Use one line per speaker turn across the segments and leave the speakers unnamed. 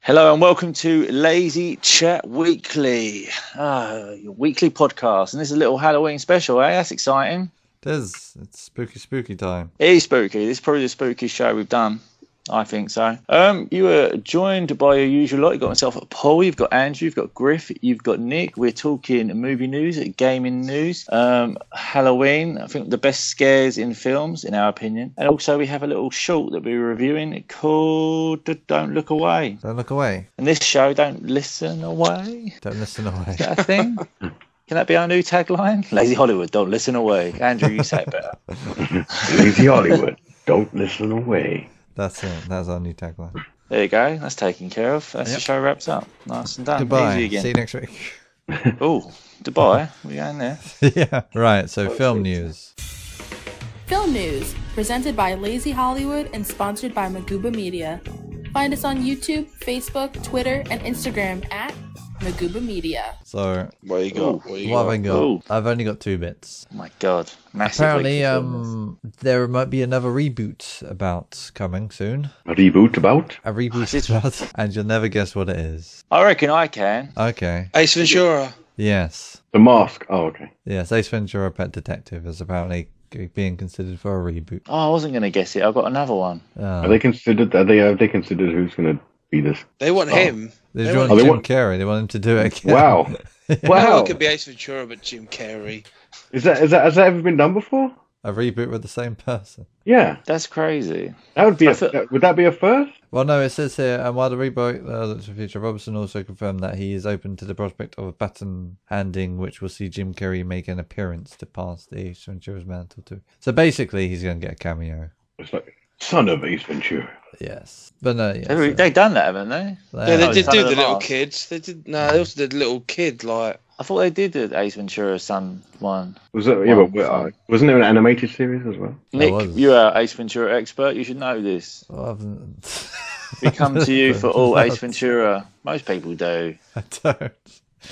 Hello and welcome to Lazy Chat Weekly, ah, your weekly podcast. And this is a little Halloween special, eh? That's exciting.
It is. It's spooky, spooky time.
It is spooky. This is probably the spookiest show we've done. I think so. Um, you were joined by your usual lot. You've got myself, Paul. You've got Andrew. You've got Griff. You've got Nick. We're talking movie news, gaming news, um, Halloween. I think the best scares in films, in our opinion. And also, we have a little short that we're reviewing called "Don't Look Away."
Don't look away.
And this show, "Don't Listen Away."
Don't listen away.
Is that a thing? Can that be our new tagline? Lazy Hollywood, don't listen away. Andrew, you say it better.
Lazy Hollywood. Don't listen away.
That's it. That's our new tagline.
There you go. That's taken care of. That's the show wrapped up. Nice and done.
Goodbye.
Easy
See you
again.
next week.
Oh, Dubai. We going there?
yeah. Right. So film news.
Film news, presented by Lazy Hollywood and sponsored by Maguba Media. Find us on YouTube, Facebook, Twitter, and Instagram at Maguba Media.
So
What you
Ooh.
got? What you
what have
got?
I got?
Ooh.
I've only got two bits.
Oh my God. Massive.
Apparently,
week of
um, there might be another reboot about coming soon.
A reboot about?
A reboot
this-
about, and you'll never guess what it is.
I reckon I can.
Okay.
Ace Ventura.
Yes.
The mask. Oh, okay.
Yes. Ace Ventura: Pet Detective is apparently being considered for a reboot.
Oh, I wasn't going to guess it. I've got another one.
Uh,
Are they considered? Are they? Have they considered who's going to be this?
They want him.
they
they
want
want-
Jim
Are they wa-
Carrey. They want him to do it. Again.
Wow.
Well,
wow.
it could be Ace Ventura, but Jim Carrey.
Is that? Is that? Has that ever been done before?
A reboot with the same person.
Yeah.
That's crazy.
That would be.
I
A,
feel-
that- would that be a first?
Well, no, it says here, and while the reboot uh, looks to future, Robertson also confirmed that he is open to the prospect of a baton handing, which will see Jim Carrey make an appearance to pass the Ace Ventura's mantle to. So basically, he's going to get a cameo.
It's like son of Ace Ventura.
Yes, but no, yes,
They've, they've done that, haven't they?
Uh,
Yeah, they
Oh,
did
Son
do
of
the
the
little
Mask.
kids. They did. No, they also did little kid like.
I thought they did the Ace Ventura Son one.
Was it? Yeah,
Wow.
but uh, wasn't there an animated series as well?
Nick,
was.
you are Ace Ventura expert. You should know this.
Well, I haven't-
We come to you for all Ace Ventura. Most people do.
I don't,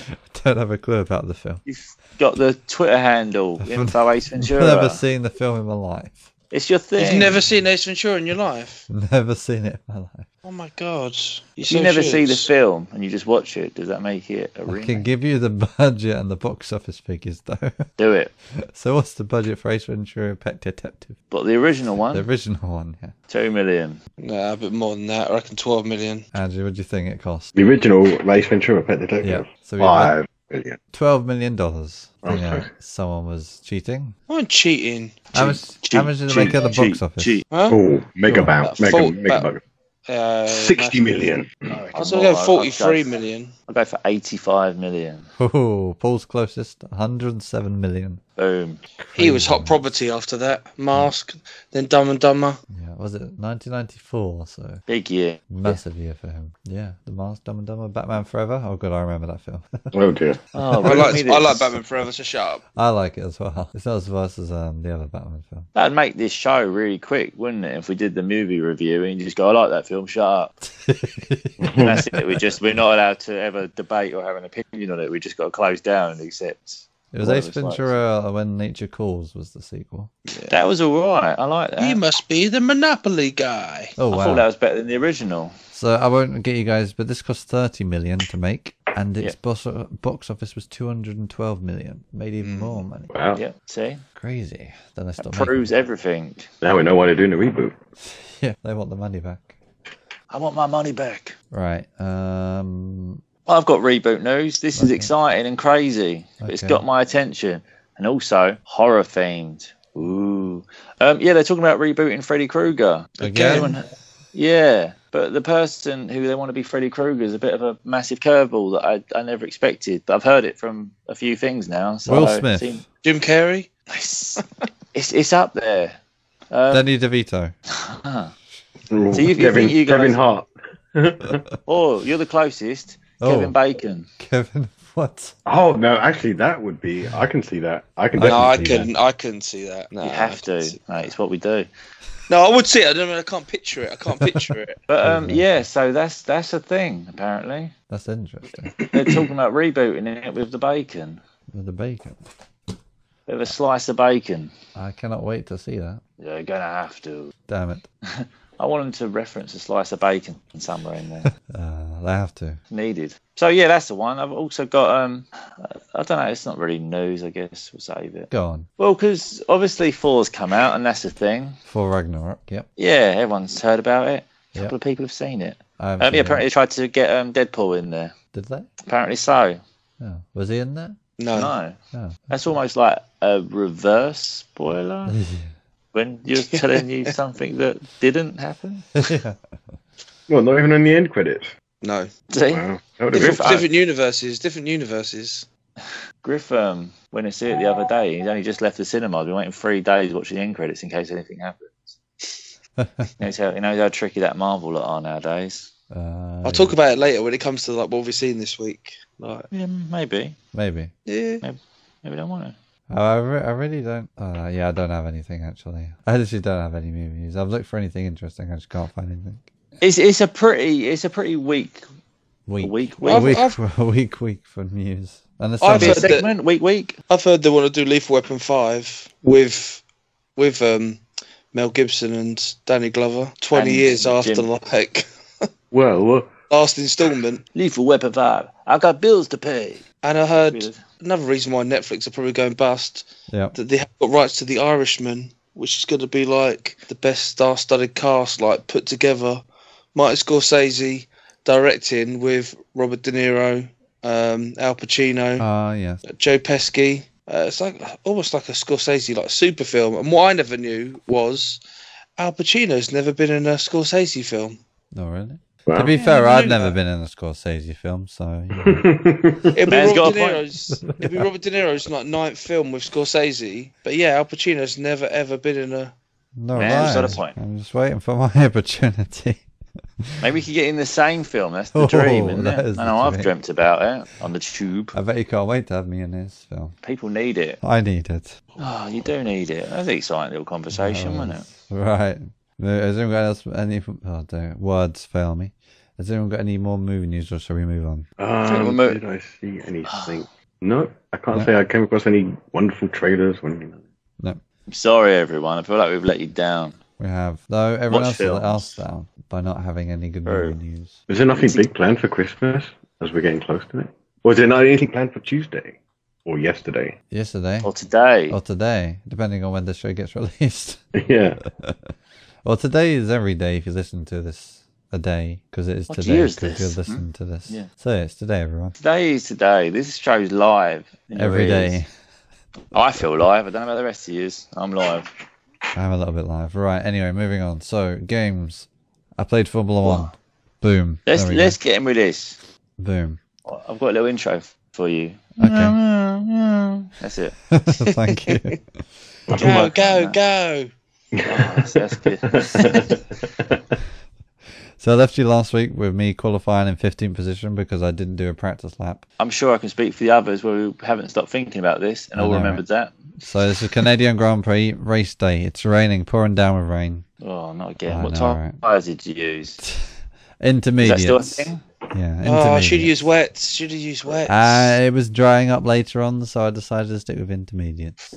I don't have a clue about the film.
You've got the Twitter handle info Ace
I've never
Ventura.
seen the film in my life.
It's your thing.
You've never seen Ace Ventura in your life.
Never seen it in my life.
Oh my god! You,
you never see the film and you just watch it. Does that make it a
I can
remake?
give you the budget and the box office figures though.
Do it.
so what's the budget for Ace Ventura: Pet Detective?
But the original one,
The original one, yeah.
two million.
Nah, a bit more than that. I reckon twelve million.
Andrew, what do you think it cost?
The original Ace Ventura Pet
Yeah.
Detective.
So we had
Five million.
twelve million dollars.
Okay.
Yeah, someone was cheating.
I am cheating.
how much? how much did it make at the box office?
Huh?
Oh, mega bounce. Mega,
Full-
mega bounce.
Uh,
Oh, Sixty million. Oh,
I was gonna go forty-three million.
I'll go for eighty-five million.
Oh, Paul's closest, one hundred and seven million.
Boom.
He was hot property after that. Mask, then Dumb and Dumber.
Yeah, was it nineteen ninety four? So
Big year.
massive year for him. Yeah, The Mask, Dumb and Dumber, Batman Forever. Oh god, I remember that film.
Oh dear.
Oh,
I
bring
like
me
I like
this.
Batman Forever. So shut up.
I like it as well. It's not as fast as um, the other Batman film.
That'd make this show really quick, wouldn't it? If we did the movie review and you just go, I like that film, shut up. And that's it. We just we're not allowed to ever debate or have an opinion on it. We just got to close down and accept.
It was
Well,
Ace
it's like-
Ventura: uh, When Nature Calls was the sequel.
That was all right. I like that.
You must be the Monopoly guy.
Oh
I
wow!
thought that was better than the original.
So I won't get you guys, but this cost thirty million to make, and its box, box office was two hundred and twelve million. Made even more money.
Wow.
Yeah, see,
Crazy. Then they
Mm. that
stopped making.
proves everything.
Now we know why they're doing a reboot.
Yeah, they want the money back.
I want my money back.
Right. Um.
I've got reboot news. This is exciting and crazy. but It's
Okay.
got my attention. And also horror themed. Ooh. Um, yeah, they're talking about rebooting Freddy Krueger.
Again.
Anyone- Yeah. But the person who they want to be Freddy Krueger is a bit of a massive curveball that I, I never expected. But I've heard it from a few things now. So
Will
it
Smith.
seems-
Jim Carrey.
it's, it's, it's up there. Um,
Danny DeVito.
So you- you
Kevin,
think you guys-
Kevin Hart.
oh, you're the closest.
Oh.
Kevin Bacon.
Kevin. What?
Oh no, actually, that would be. I can see that. I can.
No, I
definitely see
couldn't. I couldn't see that. No,
You
I
have
couldn't
to,
see-
mate. It's what we do.
No, I would see it. I don't. know, I can't picture it. I can't picture it.
But
Oh,
um, yeah, so that's that's a thing apparently.
That's interesting.
They're talking about rebooting it with the bacon.
With the bacon.
Bit of a slice of bacon.
I cannot wait to see that.
You're gonna have to.
Damn it.
I wanted to reference a slice of bacon somewhere in there.
Uh, they have to.
needed. So yeah, that's the one. I've also got um, I don't know. It's not really news, I guess. We'll save it.
Go on.
Well, because obviously four's come out, and that's the thing.
For Ragnarok. Yep.
Yeah, everyone's heard about it. A
Yep.
couple of people have seen it.
I haven't
Um,
seen
yeah,
it.
apparently they tried to get um, Deadpool in there.
Did they?
Apparently so.
Oh. Was he in there?
No.
No,
Oh.
that's almost like a reverse spoiler
Mm.
when you're telling you something that didn't happen.
Well, not even in the end credits.
No.
See,
Wow. That would have been
Different,
Griff-
different universes, different universes.
Griff, um, went to see it the other day. He's only just left the cinema. I've been waiting three days watching the end credits in case anything happens. He knows how, he knows how tricky that Marvel lot are nowadays.
Uh,
I'll talk about it later when it comes to like what we've seen this week. Like,
Yeah, maybe.
Maybe.
yeah.
Maybe don't want to.
Oh, I, re- I really don't. Uh, yeah, I don't have anything actually. I literally don't have any movies. I've looked for anything interesting. I just can't find anything.
It's it's a pretty it's a pretty weak
Week.
week
A
week.
I've-
week,
I've-
a week, week for news. And the
I've
same-
heard-
segment week week.
I've heard they want to do Lethal Weapon Five with with um, Mel Gibson and Danny Glover. Twenty
And
years
Jim-
after like
well.
last instalment.
Lethal Weapon Five. I've got bills to pay.
And I heard
Weird.
another reason why Netflix are probably going bust
yeah.
that they have got rights to The Irishman, which is going to be like the best star-studded cast like put together. Martin Scorsese directing with Robert De Niro, um, Al Pacino.
Ah, yes.
Joe Pesci. Uh, it's like almost like a Scorsese like super film. And what I never knew was Al Pacino's never been in a Scorsese film.
No, really.
Wow.
To be fair, I've
no,
never
no.
been in a Scorsese film, so yeah.
It'd be,
Man's got
Robert De,
a point.
Niro's, it'd be Robert De Niro's like ninth film with Scorsese. But yeah, Al Pacino's never ever been in a.
no
Man,
right.
he's got a point.
I'm just waiting for my opportunity.
Maybe we could get in the same film. That's the
Oh,
dream, isn't
that
it?
is
I
the
know I've
dream.
dreamt about it on the tube.
I bet you can't wait to have me in this film.
People need it.
I need it.
Oh, you do need it. That's an exciting little conversation,
Oh.
wasn't it?
Right. No, Has anyone got else? Any? Oh, don't, words fail me. Has anyone got any more movie news, or shall we move on?
Film
Um,
remote.
did I see anything? No, I can't
No.
say I came across any wonderful trailers. Or anything.
I'm sorry, everyone. I feel like we've let you down.
We have, though. Everyone
Watch
else has let us
films.
down by not having any good
True.
movie news.
Is there nothing big planned for Christmas as we're getting close to it? Or is there not anything planned for Tuesday or yesterday?
Yesterday
Or today.
or today, depending on when the show gets released.
yeah.
Well, today is every day if you listen to this a day because it is
What
today
year is
because
this?
you're listening to this.
Yeah.
So it's today, everyone.
Today is today. This show's live. in your
Every
ears.
day.
I feel live. I don't know about the rest of you. I'm live.
I'm a little bit live. Right. Anyway, moving on. So games. I played Formula One. Boom.
Let's
There we go.
let's get in with this.
Boom.
I've got a little intro for you.
Okay.
That's it.
Thank you.
Go go go!
That's, that's good.
So I left you last week with me qualifying in 15th position because I didn't do a practice lap.
I'm sure I can speak for the others where we haven't stopped thinking about this and all
know,
remembered that.
So this is Canadian Grand Prix race day. It's raining, pouring down with rain.
Oh, not again.
I
what
know,
tires
right?
did you use? Is that
Intermediates.
still a thing?
Yeah,
Oh, I should
intermediates.
use wets. Should have used wets.
Uh, it was drying up later on, so I decided to stick with intermediates.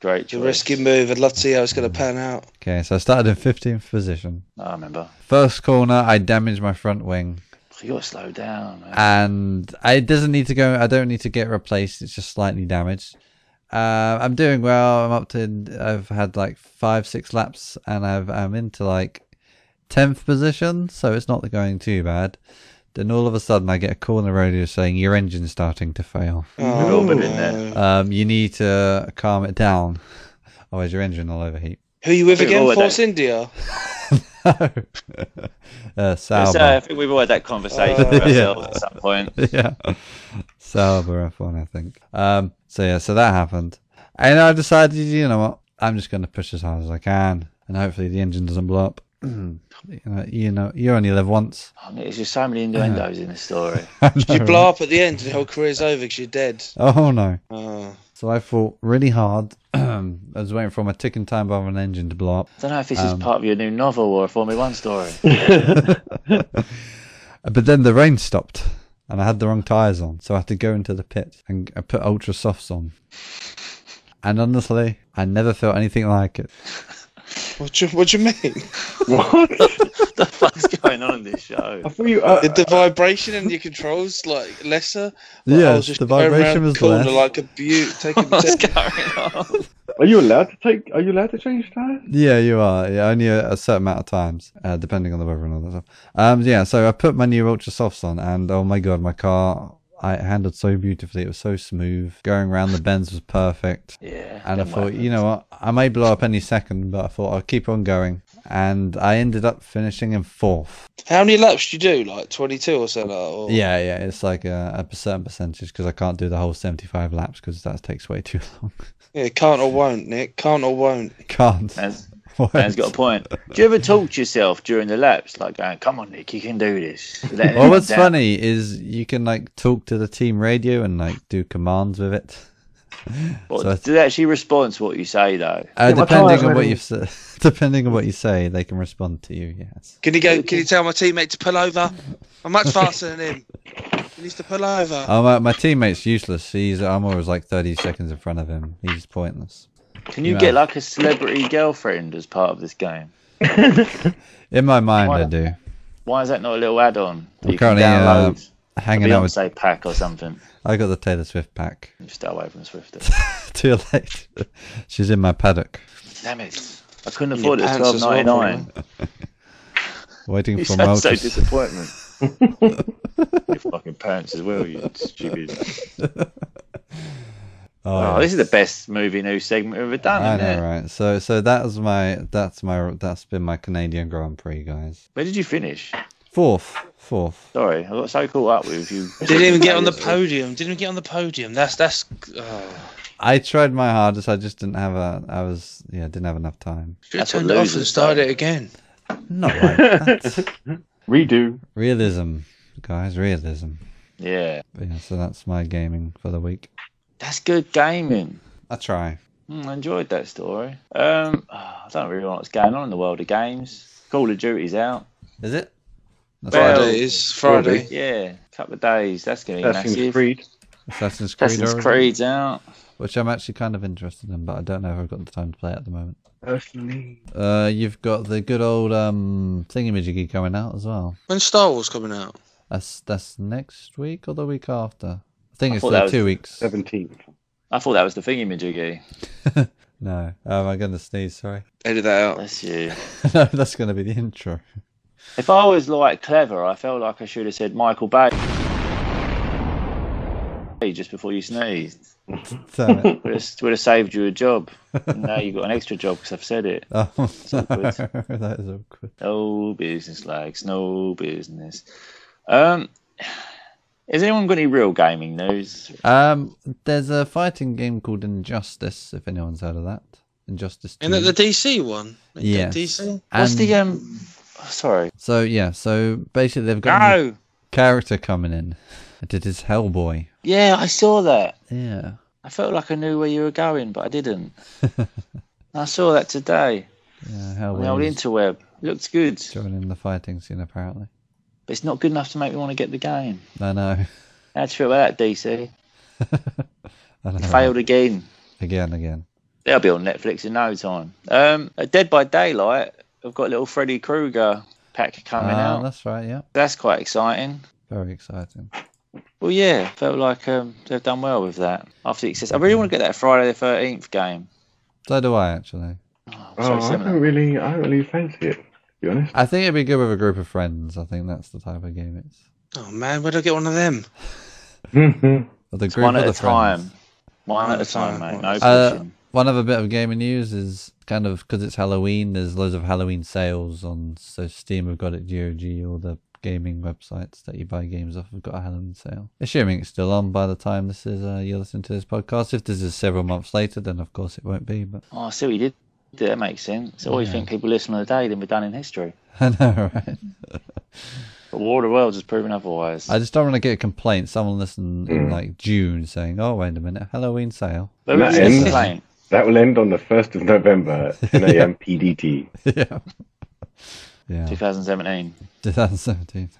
Great
it's a
choice.
risky move. I'd love to see how it's going to pan out.
Okay, so I started in 15th position.
I remember.
First corner, I damaged my front wing,
You gotta slow down. Man.
and it doesn't need to go. I don't need to get replaced. It's just slightly damaged. Uh, I'm doing well. I'm up to. I've had like five, six laps, and I've, I'm into like 10th position, so it's not going too bad. Then all of a sudden, I get a call on the radio saying your engine's starting to fail.
Oh,
Robin in there.
no.
Um, you need to calm it down, otherwise your engine will overheat.
Who are you with
We've
again?
all had
Force India.
uh,
Oh.
Yes, uh, I
Sauber.
think we've all had that conversation with
Uh,
ourselves at some point.
yeah, Sauber F1, I think. Um, so yeah, so that happened, and I decided, you know what, I'm just going to push as hard as I can, and hopefully the engine doesn't blow up. you, know, you know, you only live once.
Oh, mate, there's just so many innuendos in this story.
Did you blow up at the end and your whole career's over because you're dead?
Oh no.
Oh.
So I fought really hard. I was waiting for my ticking time bomb and engine to blow up.
I don't know if this
Um,
is part of your new novel or a Formula One story.
But then the rain stopped and I had the wrong tyres on. So I had to go into the pit and I put ultra softs on. And honestly, I never felt anything like it.
What do, you- what do you mean?
What?
the fuck's going on in this show?
I thought you. Uh,
Did the vibration in your controls like lesser? Like, I
Yeah,
was just
the
going around
vibration
the
was
corner
less.
like a beaut, taking
What's
the
going on?
are you allowed to take? Are you allowed to change tires?
Yeah, you are. Yeah, only a, a certain amount of times, uh, depending on the weather and all that stuff. Um, yeah, so I put my new Ultra Softs on, and oh my god, my car, I it handled so beautifully. It was so smooth. Going around the bends was perfect.
Yeah.
And I
them
thought,
weapons.
you know what? I may blow up any second, but I thought I'll keep on going. And I ended up finishing in fourth.
How many laps do you do? Like 22 or so? Like, or...
Yeah, yeah, it's like a, a certain percentage because I can't do the whole 75 laps because that takes way too long.
yeah. Can't or won't, Nick. Can't or won't.
can't.
Man's, man's got a point. Do you ever talk to yourself during the laps, like going, "Come on, Nick, you can do this"? Letting
Well,
them
what's
down.
funny is you can like talk to the team radio and like do commands with it.
What-
so I th-
do they actually respond to what you say though?
Uh,
Yeah, my
depending
tires
on
went
what
in.
you say, depending on what you say, they can respond to you. Yes.
Can you go? Can you tell my teammate to pull over? I'm much faster than him. He needs to pull over.
Oh, my, my teammate's useless. He's I'm always like 30 seconds in front of him. He's pointless.
Can you
Yeah.
get like a celebrity girlfriend as part of this game?
In my mind,
Why
I
not?
do.
Why is that not a little add-on? that You can
Currently, uh,
download a
Hanging out with,
Beyonce pack or something.
I got the Taylor Swift pack.
You stay away from Swifty.
Too late. She's in my paddock,
Damn it! I couldn't
your
afford it.
pants
Twelve
as well,
ninety nine.
waiting
You
for my.
sound so
ultra-
disappointment. Your fucking pants as well, you stupid.
Oh,
Oh, this is the best movie news segment we've ever done.
I
isn't
know,
it?
right? So, so that was my, that's my, that's been my Canadian Grand Prix, guys.
Where did you finish?
Fourth, fourth.
Sorry, I got so caught up with you.
Didn't even get on the podium. Didn't even get on the podium. That's that's. Oh.
I tried my hardest. I just didn't have a. I was yeah, didn't have enough time.
Should have
That's what
turned it off and
losers
started
do.
it again.
Not like that.
Redo.
realism, guys, realism.
Yeah,
But yeah, so that's my gaming for the week.
that's good gaming.
I try.
Mm, I enjoyed that story. Um, I don't really know what's going on in the world of games. Call of Duty's out.
Is it? That's
Well-
right.
Friday is Friday.
Yeah, couple of days. That's going to be
Assassin's
massive.
Creed.
Assassin's Creed,
Assassin's
Origins,
Creed's out.
which I'm actually kind of interested in, but I don't know if I've got the time to play at the moment.
Personally.
Uh, you've got the good old um thingamajiggy coming out as well.
When's Star Wars coming out?
That's that's next week or the week after. I think
I
it's
thought
the
that was-
two weeks.
17th.
I thought that was the thingy majiggy.
No, oh, am I going to sneeze? Sorry.
Edit that out.
That's you.
no, that's going to be the intro.
If I was like clever, I felt like I should have said Michael Bay just before you sneezed.
Damn it.
Would have, would have saved you a job. now you've got an extra job because I've said it.
Oh, no.
awkward.
that is awkward.
No business likes no business. Um, has anyone got any real gaming news?
Um, there's a fighting game called Injustice. If anyone's heard of that, Injustice. 2.
Isn't it the DC one? Like,
Yeah.
DC.
What's
And
the um? Sorry.
so yeah, so basically they've got a new
No.
character coming in. It is Hellboy.
Yeah, I saw that.
Yeah.
I felt like I knew where you were going, but I didn't. I saw that today
Yeah,
on the old
Hellboy is
interweb. Looks good,
joining the fighting scene apparently.
but it's not good enough to make me want to get the game.
I know.
How do you feel about that, DC?
I know.
Failed again.
again, again.
They'll be on Netflix in no time. Um, at Dead by Daylight, I've got a little Freddy Krueger pack coming
Ah,
out.
That's right. Yeah.
That's quite exciting.
Very exciting.
Well, yeah, felt like um, they've done well with that after the success. I really want to get that Friday the Thirteenth game.
So do I actually.
So
Oh, I
similar.
don't really. I don't really fancy it. To be honest.
I think it'd be good with a group of friends. I think that's the type of game it's.
Oh man, where'd I get one of them?
Mhm.
Or the
It's
group
one
of
at a
the friends.
time. One at a time, mate. No
Uh,
pushing.
One other bit of gaming news is kind of because it's Halloween. There's loads of Halloween sales on so Steam have got it, GOG, all the gaming websites that you buy games off have got a Halloween sale. Assuming it's still on by the time this is uh, you're listening to this podcast. If this is several months later, then of course it won't be. But
Oh, I see what you did. there. That makes sense. I always
Yeah.
think people listen on the day, then we're done in history.
I know, right?
But War of the Worlds has proven otherwise.
I just don't want to get a complaint. Someone listening in like June saying, "Oh, wait a minute, Halloween sale."
But
That
who's gonna
ends-
complain?
That will end on the first of November, at 10 a.m. PDT.
yeah, yeah,
2017.
2017.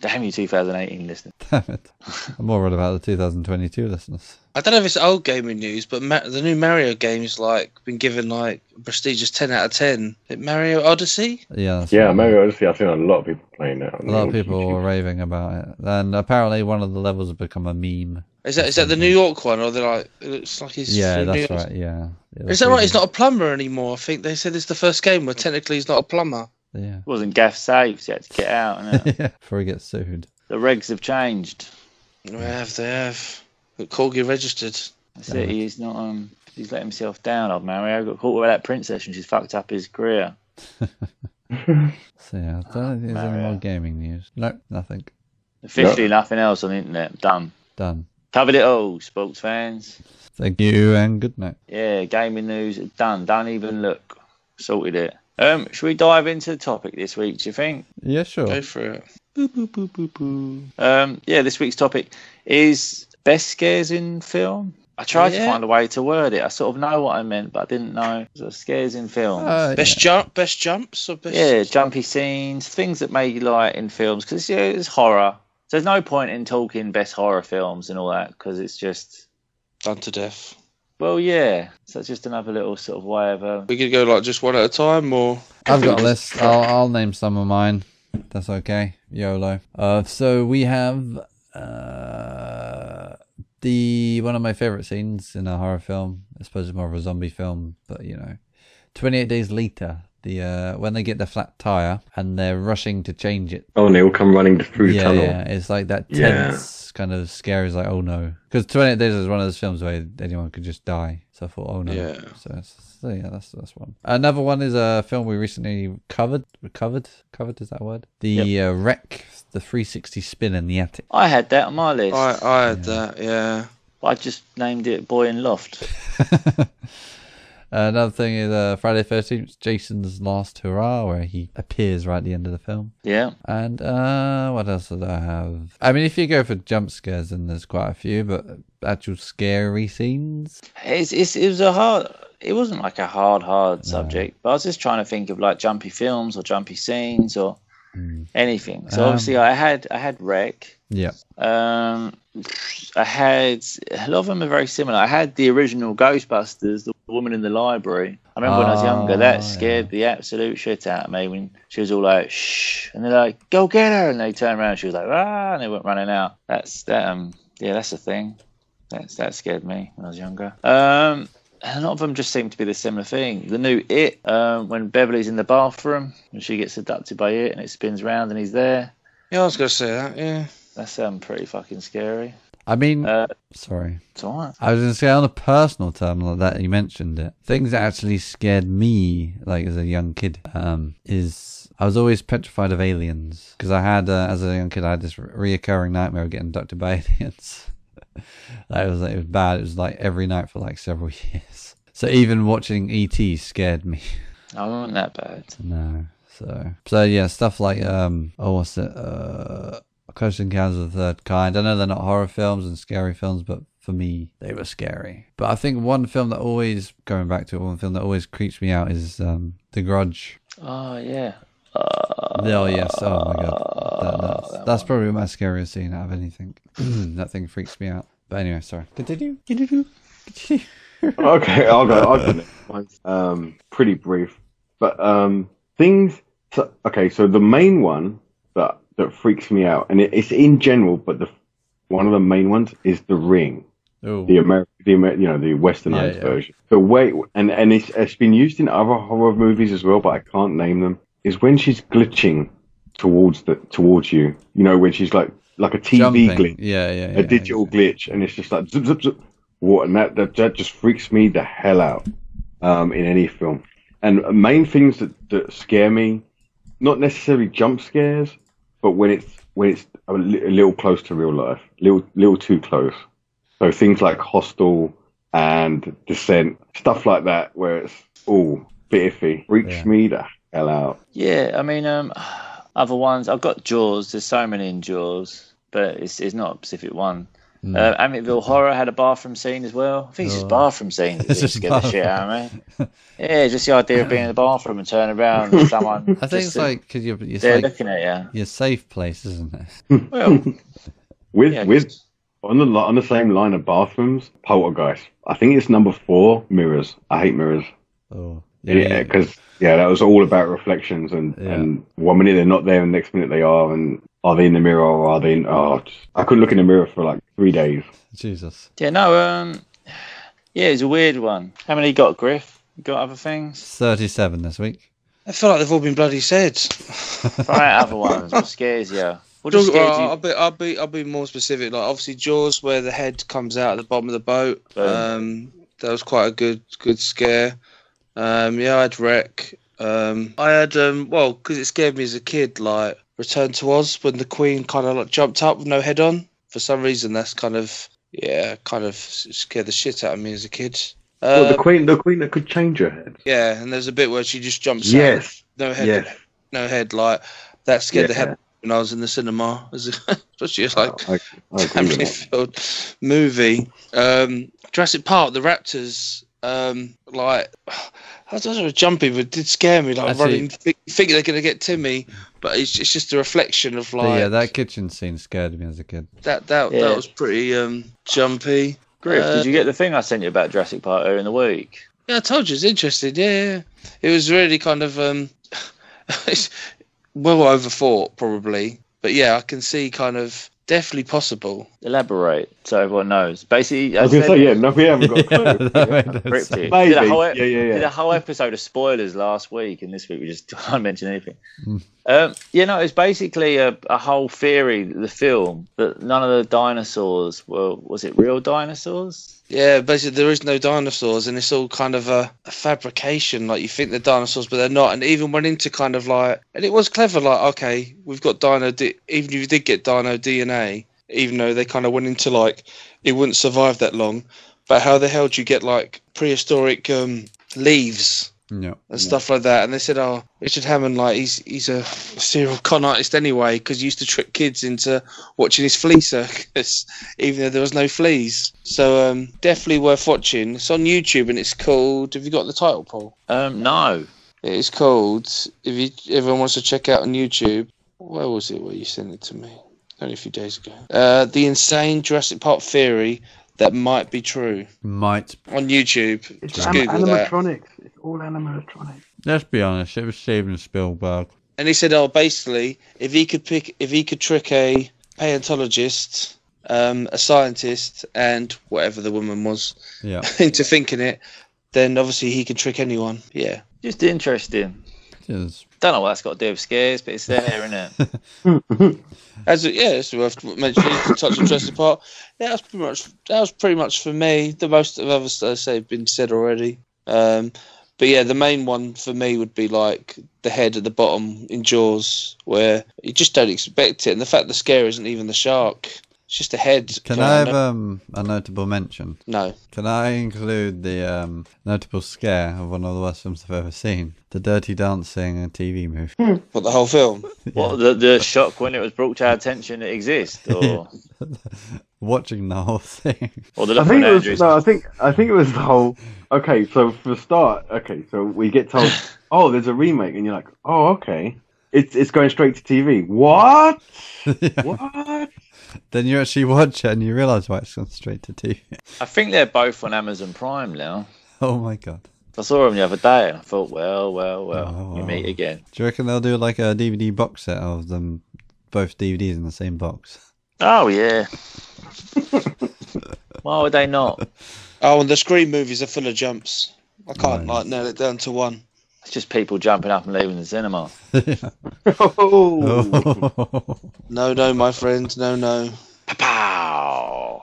Damn you, 2018 listeners.
Damn it. I'm more worried about the 2022 listeners.
I don't know if it's old gaming news, but Ma- the new Mario game's like been given like a prestigious ten out of ten. Is it Mario Odyssey.
Yeah. that's
Yeah,
right.
Mario Odyssey. I've seen a lot of people playing
A
that.
lot of
Mm.
people were raving about it. And apparently one of the levels has become a meme.
Is that is that the New York one, or they're like it looks like he's
Yeah,
from New
that's
York.
right. Yeah. It was
Is that right? He's
really-
not a plumber anymore. I think they said it's the first game where technically he's not a plumber.
Yeah.
It wasn't Gaff safe, so he had to get out. innit?
Before he gets sued.
the regs have changed.
They have, they have. Got Corgi registered.
That's it. He's not. Um, he's let himself down. Old Mario got caught with that princess, and she's fucked up his career.
So yeah, I don't think there's any
Mario.
more gaming news. Nope, nothing.
Officially, nothing else on the internet. Done.
Done.
Covered it all, sports fans.
Thank you and good night.
Yeah, gaming news done. Don't even look. Sorted it. Um, should we dive into the topic this week? Do you think?
Yeah, sure.
Go for it.
Um, yeah, this week's topic is best scares in film. I tried
Yeah.
to find a way to word it. I sort of know what I meant, but I didn't know. So scares in film.
Uh,
Best jump, best jumps, or best.
Yeah, jumpy scenes, things that make you like in films because yeah, it's horror. So there's no point in talking best horror films and all that because it's just
Done to death.
well, yeah. So it's just another little sort of way of uh,
We could go like just one at a time, or
I've got a list. I'll, I'll name some of mine. That's okay. YOLO. Uh, so we have uh, the one of my favorite scenes in a horror film. I suppose it's more of a zombie film, but you know, 28 Days Later. The uh, when they get the flat tire and they're rushing to change it.
Oh, and they all come running through
yeah,
tunnel.
yeah. It's like that
Yeah.
tense kind of scary. It's like oh no, because 28 Days is one of those films where anyone could just die. So I thought oh no.
Yeah.
So, it's- so yeah, that's that's one. Another one is a film we recently covered. Covered, covered is that a word? The uh, wreck, the 360 spin in the attic.
I had that on my list.
I, I had that. Yeah.
I just named it Boy in Loft.
Another thing is uh, Friday 13th, Jason's last hurrah, where he appears right at the end of the film.
Yeah,
And uh, what else did I have? I mean, if you go for jump scares, then there's quite a few, but actual scary scenes.
it's, it's it was a hard. It wasn't like a hard, hard subject, but I was just trying to think of like jumpy films or jumpy scenes or anything. So
Um,
obviously, I had I had Wreck.
Yeah.
Um, I had a lot of them are very similar. I had the original Ghostbusters, the woman in the library. I remember when I was
Ah,
younger, that scared the absolute shit out of me when she was all like, "Shh," and they're like, "Go get her," and they turned around, she was like, "Ah," and they went running out. That's that. Um, yeah, that's the thing. That's that scared me when I was younger. Um. A lot of them just seem to be the similar thing. The new It, um, when Beverly's in the bathroom and she gets abducted by it and it spins round and he's there.
Yeah, I was gonna say that. Yeah.
That's um, pretty fucking scary.
I mean,
Uh,
sorry.
It's all right.
I was going to say on a personal term like that you mentioned it. Things that actually scared me, like as a young kid, um, is I was always petrified of aliens because I had, uh, as a young kid, I had this re- reoccurring nightmare of getting abducted by aliens. that was like, it was bad. It was like every night for like several years. So even watching ET scared me.
I wasn't that bad.
No. So so yeah, stuff like um oh what's it uh Close Encounters of the Third Kind. I know they're not horror films and scary films, but for me they were scary. But I think one film that always going back to it, one film that always creeps me out is um The Grudge.
Oh yeah.
oh yes, oh my god. That- that's, that's probably my scariest scene out of anything. that thing freaks me out. But anyway, sorry. Continue. Continue. Continue.
okay, I'll go. I'll go. next. Mine's, Um, pretty brief, but um, things. So, okay, so the main one that that freaks me out, and it, it's in general, but the one of the main ones is the Ring,
Oh.
the Amer, the Amer, you know, the westernized
Yeah, yeah.
version. The way, and and it's, it's been used in other horror movies as well, but I can't name them. Is when she's glitching towards the towards you, you know, when she's like like a TV glitch
Jumping. Yeah, yeah, yeah.
a digital glitch, and it's just like zip, zip, zip. What, and that, that that just freaks me the hell out um, in any film. And main things that, that scare me, not necessarily jump scares, but when it's when it's a, li- a little close to real life, little little too close. So things like Hostel and Descent, stuff like that, where it's all bit iffy, freaks
Yeah.
me the hell out.
Yeah, I mean, um, other ones. I've got Jaws. There's so many in Jaws, but it's it's not a specific one. Uh, Amityville Horror had a bathroom scene as well. I think it's
Mm. Oh.
just bathroom scenes.
It's
It's
just
just get the shit out of me. Yeah, just the idea of being in the bathroom and turning around and someone.
I think
just
it's like because you're it's
they're
like
looking at
your safe place, isn't it?
you. Well,
With
yeah,
with
just-
on the li- on the same line of bathrooms, Poltergeist. I think it's number four. Mirrors. I hate mirrors.
Oh,
Yeah, because yeah. that was all about reflections, and
Yeah.
and one minute they're not there, and the next minute they are, and are they in the mirror or are they in? Oh, just, I couldn't look in the mirror for like three days.
Jesus.
yeah, no, um, yeah, it's a weird one. How many you got, Griff? You got other things?
Thirty-seven this week.
I feel like they've all been bloody said.
Try other ones. What scares you? What just scares
Well, I'll
you?
be, I'll be, I'll be more specific. Like obviously Jaws, where the head comes out at the bottom of the boat. Um, that was quite a good, good scare. Um, yeah, I had wreck. Um, I had um, well, because it scared me as a kid. Like Return to Oz, when the Queen kind of like jumped up with no head on. For some reason, that's kind of yeah, kind of scared the shit out of me as a kid.
well, the
Um,
queen, the queen that could change her head.
yeah, and there's a bit where she just jumps. out,
Yes,
no head.
yes.
No head. Like that scared the
Yeah. Oh.
head out of me when I was in the cinema. As a, especially like
I, I agree with
Family
that.
filled movie. Um, Jurassic Park, the Raptors, um, like I don't know, jumpy, but it did scare me. Like
Actually-
running, think, think they're gonna get Timmy, but it's, it's just a reflection of
But
like
yeah, that
that
kitchen scene scared me as a kid.
that that,
Yeah.
was pretty um, jumpy.
Griff,
Uh,
did you get the thing I sent you about Jurassic Park earlier in the week?
Yeah, I told you it's interesting. Yeah, yeah. it was really kind of um, it's well overthought probably, but yeah, I can see kind of definitely possible.
Elaborate so everyone knows. Basically,
I was gonna say yeah, no, we haven't got
Yeah,
a clue.
that made no
Cryptic.
sense.
Did a
Maybe.
whole, e-,
Yeah, yeah, yeah.
Did a whole episode of spoilers last week, and this week we just can't mention anything.
Hmm.
Um, you know, it's basically a, a whole theory, the film, that none of the dinosaurs were, was it real dinosaurs?
Yeah, basically there is no dinosaurs, and it's all kind of a, a fabrication. Like you think they're dinosaurs, but they're not. And it even went into kind of like, and it was clever. Like, okay, we've got dino. D- even if you did get dino DNA, even though they kind of went into like it wouldn't survive that long. But how the hell do you get like prehistoric um, leaves
No.
and stuff like that. And they said, "Oh, Richard Hammond, like he's he's a serial con artist anyway, because he used to trick kids into watching his flea circus, even though there was no fleas." So um, definitely worth watching. It's on YouTube and it's called. Have you got the title, Paul?
Um, no.
It is called. If you everyone wants to check out on YouTube, where was it? Where you sent it to me? Only a few days ago. Uh, the insane Jurassic Park theory that might be true
Might.
on YouTube. Just Google that.
animatronics. It's all animatronics.
Let's be honest. It was Steven Spielberg.
and he said, "Oh, basically, if he could pick, if he could trick a paleontologist, um, a scientist, and whatever the woman was
Yeah.
into thinking it, then obviously he can trick anyone." Yeah,
Just interesting.
Just-
Don't know what that's got to do with scares, but it's there, isn't it?
as a, yeah, it's worth mentioning. to Touch on Jurassic Park. Yeah, that's pretty much that was pretty much for me. The most of other stuff I say have been said already. Um, but yeah, the main one for me would be like the head at the bottom in Jaws, where you just don't expect it, and the fact the scare isn't even the shark. It's just a head.
Can
kind
I
of-
have um, a notable mention?
No.
Can I include the um, notable scare of one of the worst films I've ever seen? The Dirty Dancing a TV movie.
Hmm.
What the whole film?
What, the, the shock when it was brought to our attention that it exists? Or,
Watching the whole thing.
or the
I
look
think
on
it was
Andrew's
no. I think I think it was the whole. Okay, so for the start, okay, so we get told, oh, there's a remake, and you're like, oh, okay, it's it's going straight to TV. What? What?
then you actually watch it and you realise why it's gone straight to TV.
I think they're both on Amazon Prime now.
oh my god.
I saw them the other day and I thought, well, well, well,
Oh,
we
wow.
meet again.
Do you reckon they'll do like a DVD box set of them, both DVDs in the same box?
Oh yeah. Why would they not?
Oh, and the Scream movies are full of jumps. I can't like nail it down to one.
It's just people jumping up and leaving the cinema.
Oh.
but
No, no, my friend, no, no.
Pow!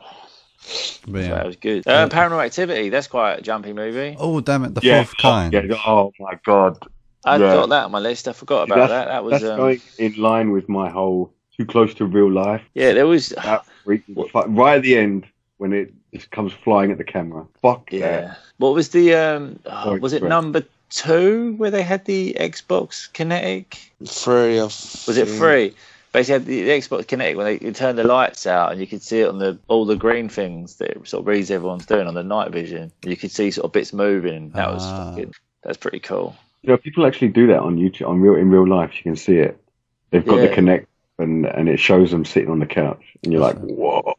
So that
yeah.
was good. Uh, Paranormal Activity. That's quite a jumpy movie.
Oh damn it! The
Yeah.
fourth kind.
Yeah. Oh my god.
I
yeah.
got that on my list. I forgot about
That's,
that. That was
that's
um,
going in line with my whole too close to real life.
yeah. There was
That freaked me the fuck- right at the end when it just comes flying at the camera. Fuck
yeah.
that.
What was the um? oh,
Sorry,
was it
Brett.
number two where they had the Xbox Kinetic?
Three of. Mm.
Was it three? basically had the, the Xbox Kinetic when they you turn the lights out and you could see it on the all the green things that it sort of reads everyone's doing on the night vision. You could see sort of bits moving. and That was
Ah.
fucking, that's pretty cool.
You know, people actually do that on YouTube, on real in real life. You can see it. They've got
Yeah.
the connect, and and it shows them sitting on the couch, and you're like, whoa.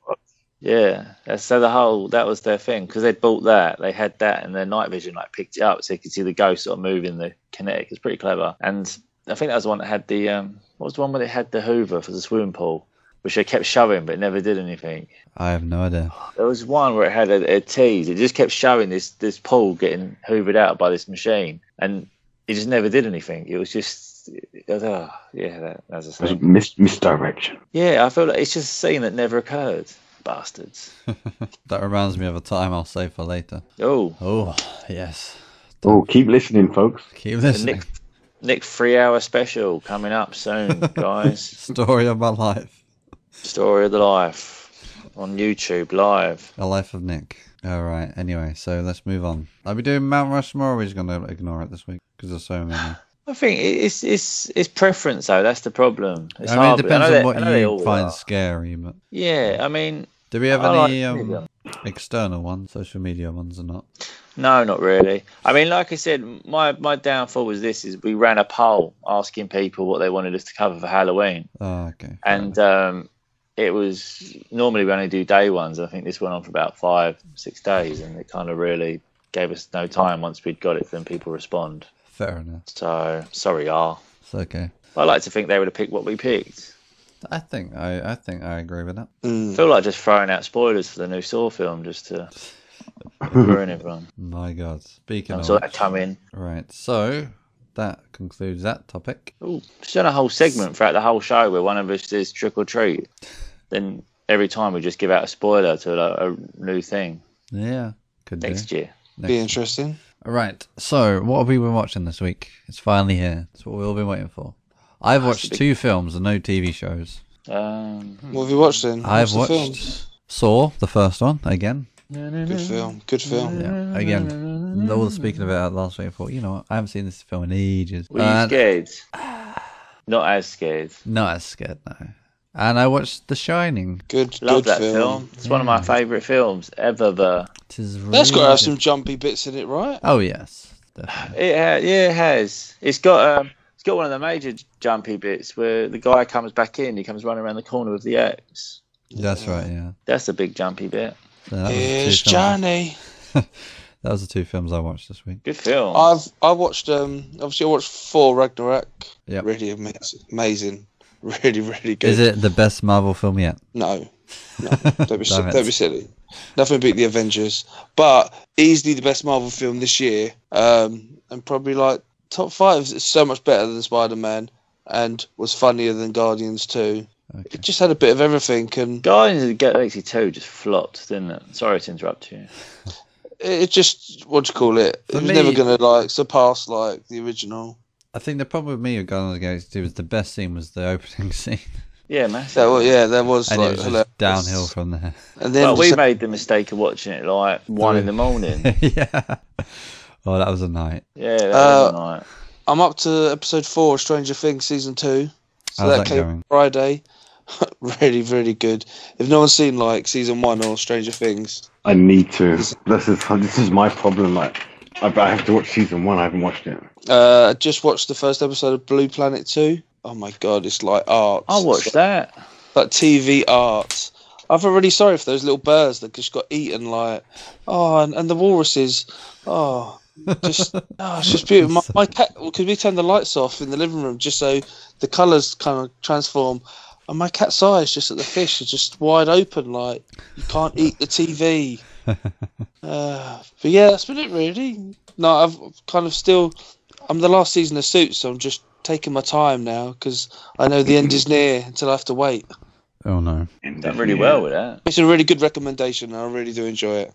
Yeah, that's- so the whole that was their thing because they'd bought that, they had that, and their night vision like picked it up, so you could see the ghost sort of moving the kinetic. It's pretty clever, and I think that was the one that had the um, what was the one where they had the Hoover for the swimming pool, which they kept shoving but it never did anything.
I have no idea.
There was one where it had a, a tease. It just kept showing this this pool getting hoovered out by this machine, and it just never did anything. It was just, it was, oh, yeah, that, that's a
That's
thing.
mis- misdirection.
Yeah, I feel like it's just a scene that never occurred. Bastards.
That reminds me of a time I'll save for later.
Oh,
Oh, yes.
Oh, keep listening, folks.
Keep
the
listening.
Nick, Nick three hour special coming up soon, guys.
Story of my life.
Story of the life on YouTube live.
A life of Nick. All right. Anyway, so let's move on. Are we doing Mount Rushmore or are we just going to ignore it this week? Because there's so many.
I think it- it's it's it's preference though. That's the problem. It's
I mean, it
hard, but
depends
know
on
they- I
what
know they
you
all
find
are.
scary. But
Yeah, I mean,
do we have
I like
any um,
freedom.
external ones, social media ones or not?
No, not really. I mean, like I said, my my downfall was this: is we ran a poll asking people what they wanted us to cover for Halloween,
Oh, okay. fair
and um, it was normally we only do day ones. I think this went on for about five, six days, and it kind of really gave us no time once we'd got it for them people respond.
Fair enough.
So sorry, R.
It's okay.
I like to think they would have picked what we picked.
I think I, I think I agree with that.
I
Mm.
feel like just throwing out spoilers for the new Saw film just to ruin everyone.
My God. Speaking
I
of
saw that
which-
coming.
right. So that concludes that topic.
Ooh, she's done a whole segment throughout the whole show where one of us says trick or treat. Then every time we just give out a spoiler to like, a new thing
Yeah. Could do.
next year.
Be interesting.
All right. So, what have we been watching this week? It's finally here. It's what we've all been waiting for. I've watched
big-
two films and no TV shows.
Um,
What have you watched then?
I've
What's the film?
watched Saw, the first one, again.
Good film. Good film.
Yeah, again. And All the speaking about it last week, I thought, you know what? I haven't seen this film in ages.
were you
And-
scared? Not as scared.
No, I was scared, no. And I watched The Shining.
Good.
Love
good
that
film.
film. It's one of my favourite films ever. The
Tis
That's got to
really
have
good.
some jumpy bits in it, right?
Oh, yes. definitely.
it ha- yeah it has. It's got um, it's got one of the major jumpy bits where the guy comes back in. He comes running around the corner with the axe.
That's right, yeah.
That's a big jumpy bit.
So that was the two
Here's
films-
Johnny.
That was the two films I watched this week.
Good film.
I've I watched um obviously I watched four Ragnarok.
Yep.
Really amazing, amazing, really really good.
Is it the best Marvel film yet?
No, no. Don't be, si-
Damn it.
don't be silly. Nothing beat the Avengers, but easily the best Marvel film this year, um, and probably like top five. It's so much better than Spider Man, and was funnier than Guardians too.
Okay.
It just had a bit of everything, and
Guardians of the Galaxy 2 just flopped, didn't it? Sorry to interrupt you.
it it just what do you call it?
For
it was
me-
never gonna like surpass like the original.
I think the problem with me with Guardians of the Galaxy 2 was the best scene was the opening scene.
Yeah, massive.
That was, yeah, that was
and
like
it was
hilarious.
just downhill from there.
And then
Well, we
just-
made the mistake of watching it like
Hmm.
one in the morning.
yeah. Oh, that was a night.
Yeah, that was
Uh,
a night.
I'm up to episode four of Stranger Things season two. So
How's
that,
that
came
going?
Friday. really, really good. If no one's seen like season one or Stranger Things,
I need to. This is this is my problem. Like, I, I have to watch season one. I haven't watched it.
uh, I just watched the first episode of Blue Planet two. Oh my god, it's like art.
I watched that.
It's like TV art. I feel really sorry for those little birds that just got eaten. Like, oh, and, and the walruses. Oh, just oh, it's just beautiful. My, my cat because we turned the lights off in the living room just so the colours kind of transform. And my cat's eyes just at the fish are just wide open. Like you can't eat the TV. Uh, but yeah, that's been it really. No, I've kind of still. I'm the last season of Suits, so I'm just taking my time now because I know the end is near until I have to wait.
Oh no.
Done really well with that.
It's a really good recommendation, and I really do enjoy it.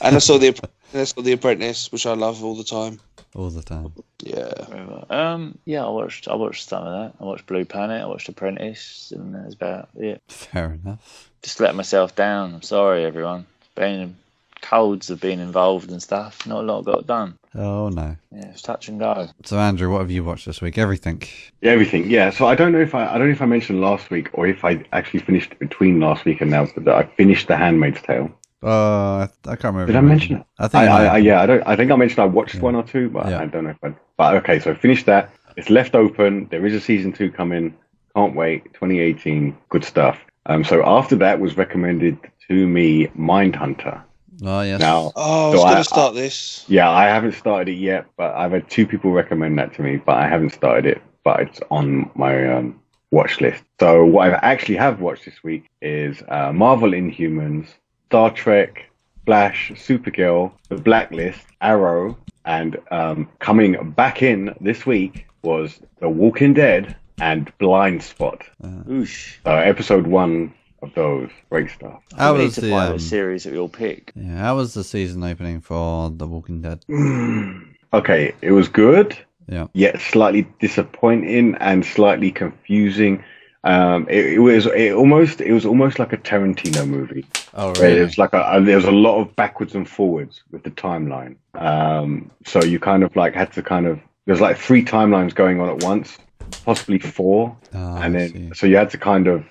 And I saw the and I saw the Apprentice, which I love all the time.
All the time.
Yeah,
Um, yeah, I watched. I watched some of that. I watched Blue Planet. I watched Apprentice, and that's about it.
Fair enough.
Just let myself down. I'm sorry, everyone. Been colds have been involved and stuff. Not a lot got done.
Oh no.
Yeah, it's touch and go.
So Andrew, what have you watched this week? Everything.
Everything, yeah. So I don't know if I, I don't know if I mentioned last week or if I actually finished between last week and now, but I finished The Handmaid's Tale.
Uh, I, I can't remember. if
Did I
you
mention it?
I think.
I, I,
you
I,
did.
yeah, I don't. I think I mentioned I watched one or two, but
Yeah.
I don't know if I. But okay, so finished that. It's left open. There is a season two coming. Can't wait. 2018. Good stuff. Um, so after that was recommended to me Mindhunter.
Oh yes.
Now,
Oh, I was
So I-
going to start this.
yeah, I haven't started it yet, but I've had two people recommend that to me, but I haven't started it, but it's on my um, watch list. So what I actually have watched this week is uh, Marvel Inhumans, Star Trek, Flash, Supergirl, The Blacklist, Arrow, and um, coming back in this week was The Walking Dead and Blind Spot.
Oosh.
So episode one of those. Great stuff.
How
we need
was
to
the,
find
um,
a series that we all pick.
Yeah, how was the season opening for The Walking Dead?
Mm. Okay, it was good.
Yeah.
yet slightly disappointing and slightly confusing. Um, it, it was it almost it was almost like a Tarantino movie.
Oh
Where
really?
It was like a, a- there was a lot of backwards and forwards with the timeline. Um, so you kind of like had to kind of there's like three timelines going on at once, possibly four,
Ah,
and
I
then
see.
so you had to kind of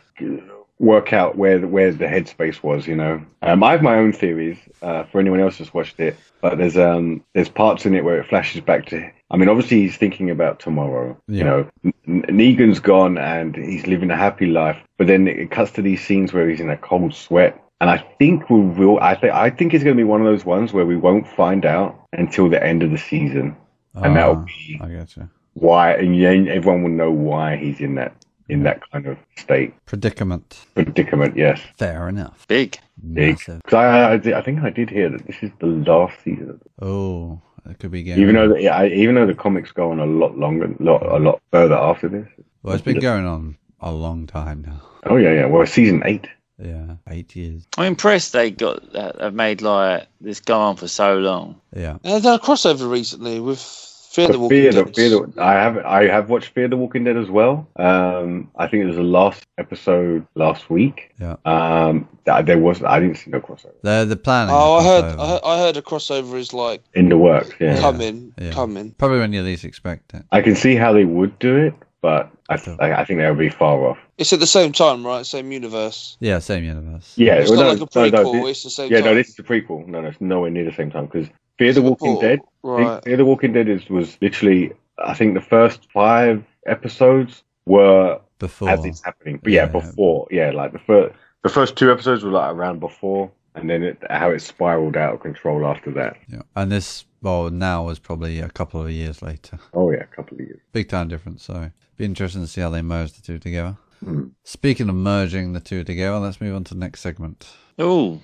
work out where the, where the headspace was. You know, um, I have my own theories uh, for anyone else that's watched it, but there's um there's parts in it where it flashes back to. I mean, obviously he's thinking about tomorrow.
Yeah.
You know, N- N- Negan's gone and he's living a happy life, but then it cuts to these scenes where he's in a cold sweat. And I think we will. I think I think it's going to be one of those ones where we won't find out until the end of the season, and that'll
Ah,
be
I gotcha.
why. And then everyone will know why he's in that in that kind of state
Predicament.
predicament. Yes,
Fair enough.
Big.
big.
Massive.
'Cause I, I, did- I think I did hear that this is the last season.
Oh, it could be getting.
Even though the, yeah, I, even though the comics go on a lot longer, lot a lot further after this.
well, it's been going on a long time now.
Oh yeah, yeah. Well, season eight.
Yeah, eight years.
I'm impressed they got that. Have made like this go on for so long.
Yeah.
And they had a Uh, crossover recently with Fear the
But
Walking
Fear the,
Dead.
Fear the, I have I have watched Fear the Walking Dead as well. Um, I think it was the last episode last week.
Yeah.
Um, th- there was I didn't see no crossover
They're the planning.
Oh, I
is
heard, I
over.
heard. I heard a crossover is like
in the works. Yeah.
coming,
Yeah.
coming.
Probably when you least expect it.
I can see how they would do it, but I th- I, I think they would be far off.
It's at the same time, right? Same universe.
Yeah, same universe.
Yeah,
It's
well,
not
no,
like a
no, no,
prequel.
thi-
it's the same
yeah,
time.
no, this is a prequel. No, no, it's nowhere near the same time because Fear the Walking
Before,
Dead.
Right.
Fear the Walking Dead is was literally, I think, the first five episodes were
Before.
as it's happening. But yeah,
Yeah.
before, yeah, like the first, the first two episodes were like around before, and then it, how it spiraled out of control after that.
Yeah. And this, well, now is probably a couple of years later.
Oh yeah, a couple of years.
Big time difference. So, be interesting to see how they merge the two together.
Hmm.
Speaking of merging the two together, let's move on to the next segment.
Oh,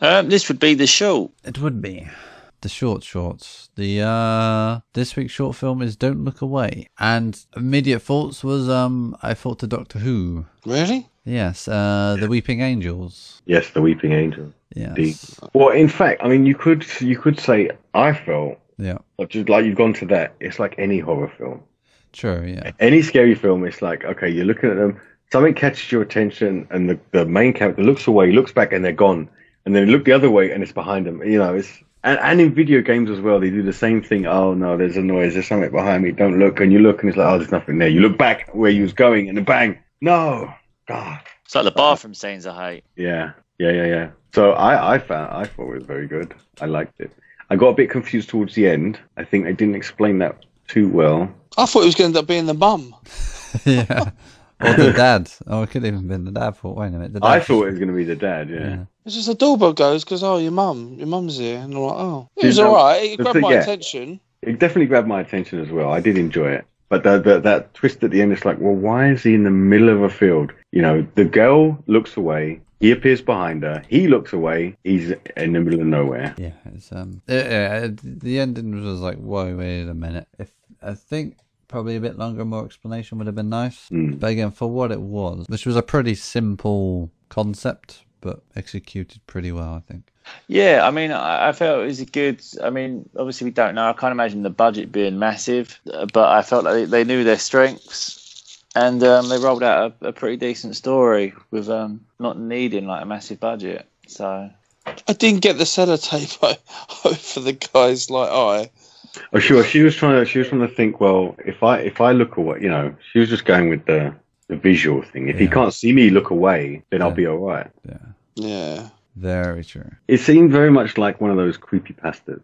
um, this would be the short.
It would be. The short shorts. The uh this week's short film is Don't Look Away. And immediate thoughts was um I thought to Doctor Who.
Really?
Yes, uh The Weeping Angels.
Yes, the Weeping Angel.
Yes.
Deep. Well, in fact, I mean, you could you could say I felt
Yeah.
like just like you've gone to that. It's like any horror film.
True, yeah.
any scary film, it's like, okay, you're looking at them, something catches your attention, and the, the main character looks away, looks back, and they're gone. And then they look the other way, and it's behind them. You know, it's and, and in video games as well, they do the same thing. Oh no, there's a noise, there's something behind me. Don't look, and you look, and it's like, oh, there's nothing there. You look back where you was going, and then bang, no, God,
It's like the bathroom scenes I hate.
yeah, yeah, yeah, yeah. So I, I found, I thought it was very good. I liked it. I got a bit confused towards the end. I think they didn't explain that too well.
I thought it was going to end up being the mum.
yeah. Or the dad. Oh, it could have even been the dad thought. Wait a minute. The dad
I thought it was going to be the dad. yeah.
It's just the doorbell goes because oh your mum, your mum's here, and I'm like oh it
Dude,
was
no,
all right. It
the
grabbed
thing-
my
yeah.
attention.
it definitely grabbed my attention as well. I did enjoy it. But that, that, that twist at the end, it's like, well, why is he in the middle of a field? You know, the girl looks away. He appears behind her. He looks away. He's in the middle of nowhere.
Yeah, it's um, it, yeah, it- the ending was like, whoa, wait a minute. If I think probably a bit longer, more explanation would have been nice.
Mm.
But again, for what it was, which was a pretty simple concept, but executed pretty well, I think.
Yeah, I mean, I, I felt it was a good. I mean, obviously we don't know. I can't imagine the budget being massive, uh, but I felt like they knew their strengths, and um, they rolled out a, a pretty decent story with um, not needing like a massive budget. So
I didn't get the sellotape I hope for the guys like I.
Oh, sure. She was trying to. She was trying to think. Well, if I if I look away, you know, she was just going with the the visual thing. If he
Yeah.
can't see me look away, then I'll
Yeah.
be all right.
Yeah,
Very true.
It seemed very much like one of those creepy pastas.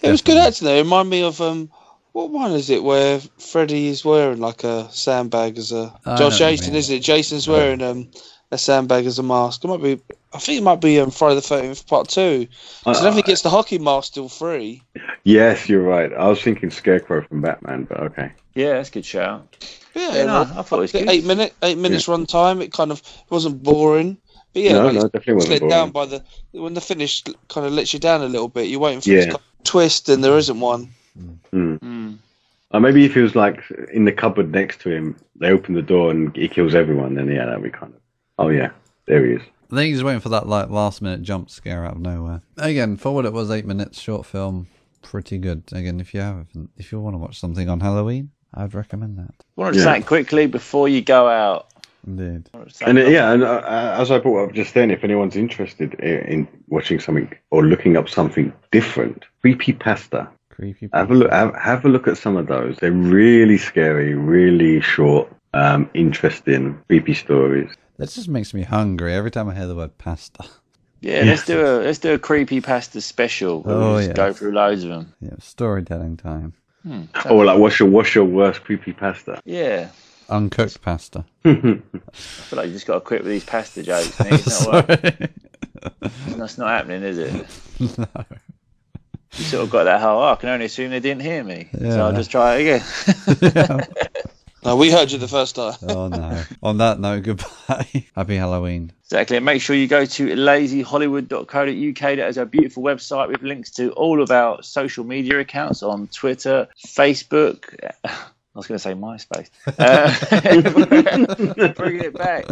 it was good
Definitely.
acting. Though. It reminded me of um, what one is it where Freddy is wearing like a sandbag as a
I know what
Josh
you
Jason
mean.
is it? Jason's wearing um a sandbag as a mask. It might be. I think it might be um, Friday the Thirteenth Part Two. 'Cause I don't think it's the hockey mask still free.
Yes, you're right. I was thinking Scarecrow from Batman, but okay.
Yeah, that's a good shout.
But yeah,
Yeah, no,
no,
I thought it was
the
good.
eight minute eight minutes run time. It kind of it wasn't boring. But yeah,
no,
like
no, definitely
it's
wasn't
let
boring.
down by the when the finish kind of lets you down a little bit. You're waiting for this
Yeah.
kind of twist, and there isn't one.
Mm.
Or Uh, maybe if he was like in the cupboard next to him, they open the door and he kills everyone. Then yeah, that'd be kind of. Oh yeah, there he is.
I think he's waiting for that like last minute jump scare out of nowhere. Again, for what it was, eight minutes short film, pretty good. Again, if you haven't, if you want to watch something on Halloween, I'd recommend that.
want to
Yeah.
say quickly before you go out.
Indeed.
And uh, yeah, and uh, as I brought up just then, if anyone's interested i- in watching something or looking up something different, creepy pasta.
Creepy.
Have a look. Have, have a look at some of those. They're really scary, really short, um, interesting, creepy stories.
This just makes me hungry every time I hear the word pasta.
Yeah, let's do a let's do a creepy pasta special. We'll
Oh,
just
yes.
go through loads of them.
Yeah, storytelling time.
Or like, what's your what's your worst creepy pasta?
Yeah,
Uncooked pasta.
I feel like you just got to quit with these pasta jokes. Nick. It's not, working.
Sorry.
That's not happening, is it?
no.
You sort of got that whole. Oh, I can only assume they didn't hear me, so I'll
Yeah.
just try it again.
No, we heard you the first time.
Oh no. On that note, goodbye. Happy Halloween.
Exactly. And make sure you go to lazyhollywood.co.uk. That is our beautiful website with links to all of our social media accounts on Twitter, Facebook. I was going to say MySpace. Uh, bringing it back.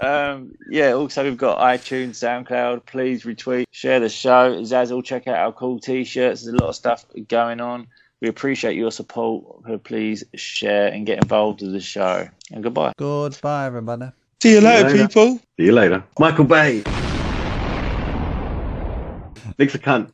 Um, yeah, also, we've got iTunes, SoundCloud. Please retweet, share the show. Zazzle, check out our cool t shirts. There's a lot of stuff going on. We appreciate your support. Please share and get involved with the show. And goodbye.
Goodbye, everybody.
See you
later,
later. people.
See you later, Michael Bay. Nick's a cunt.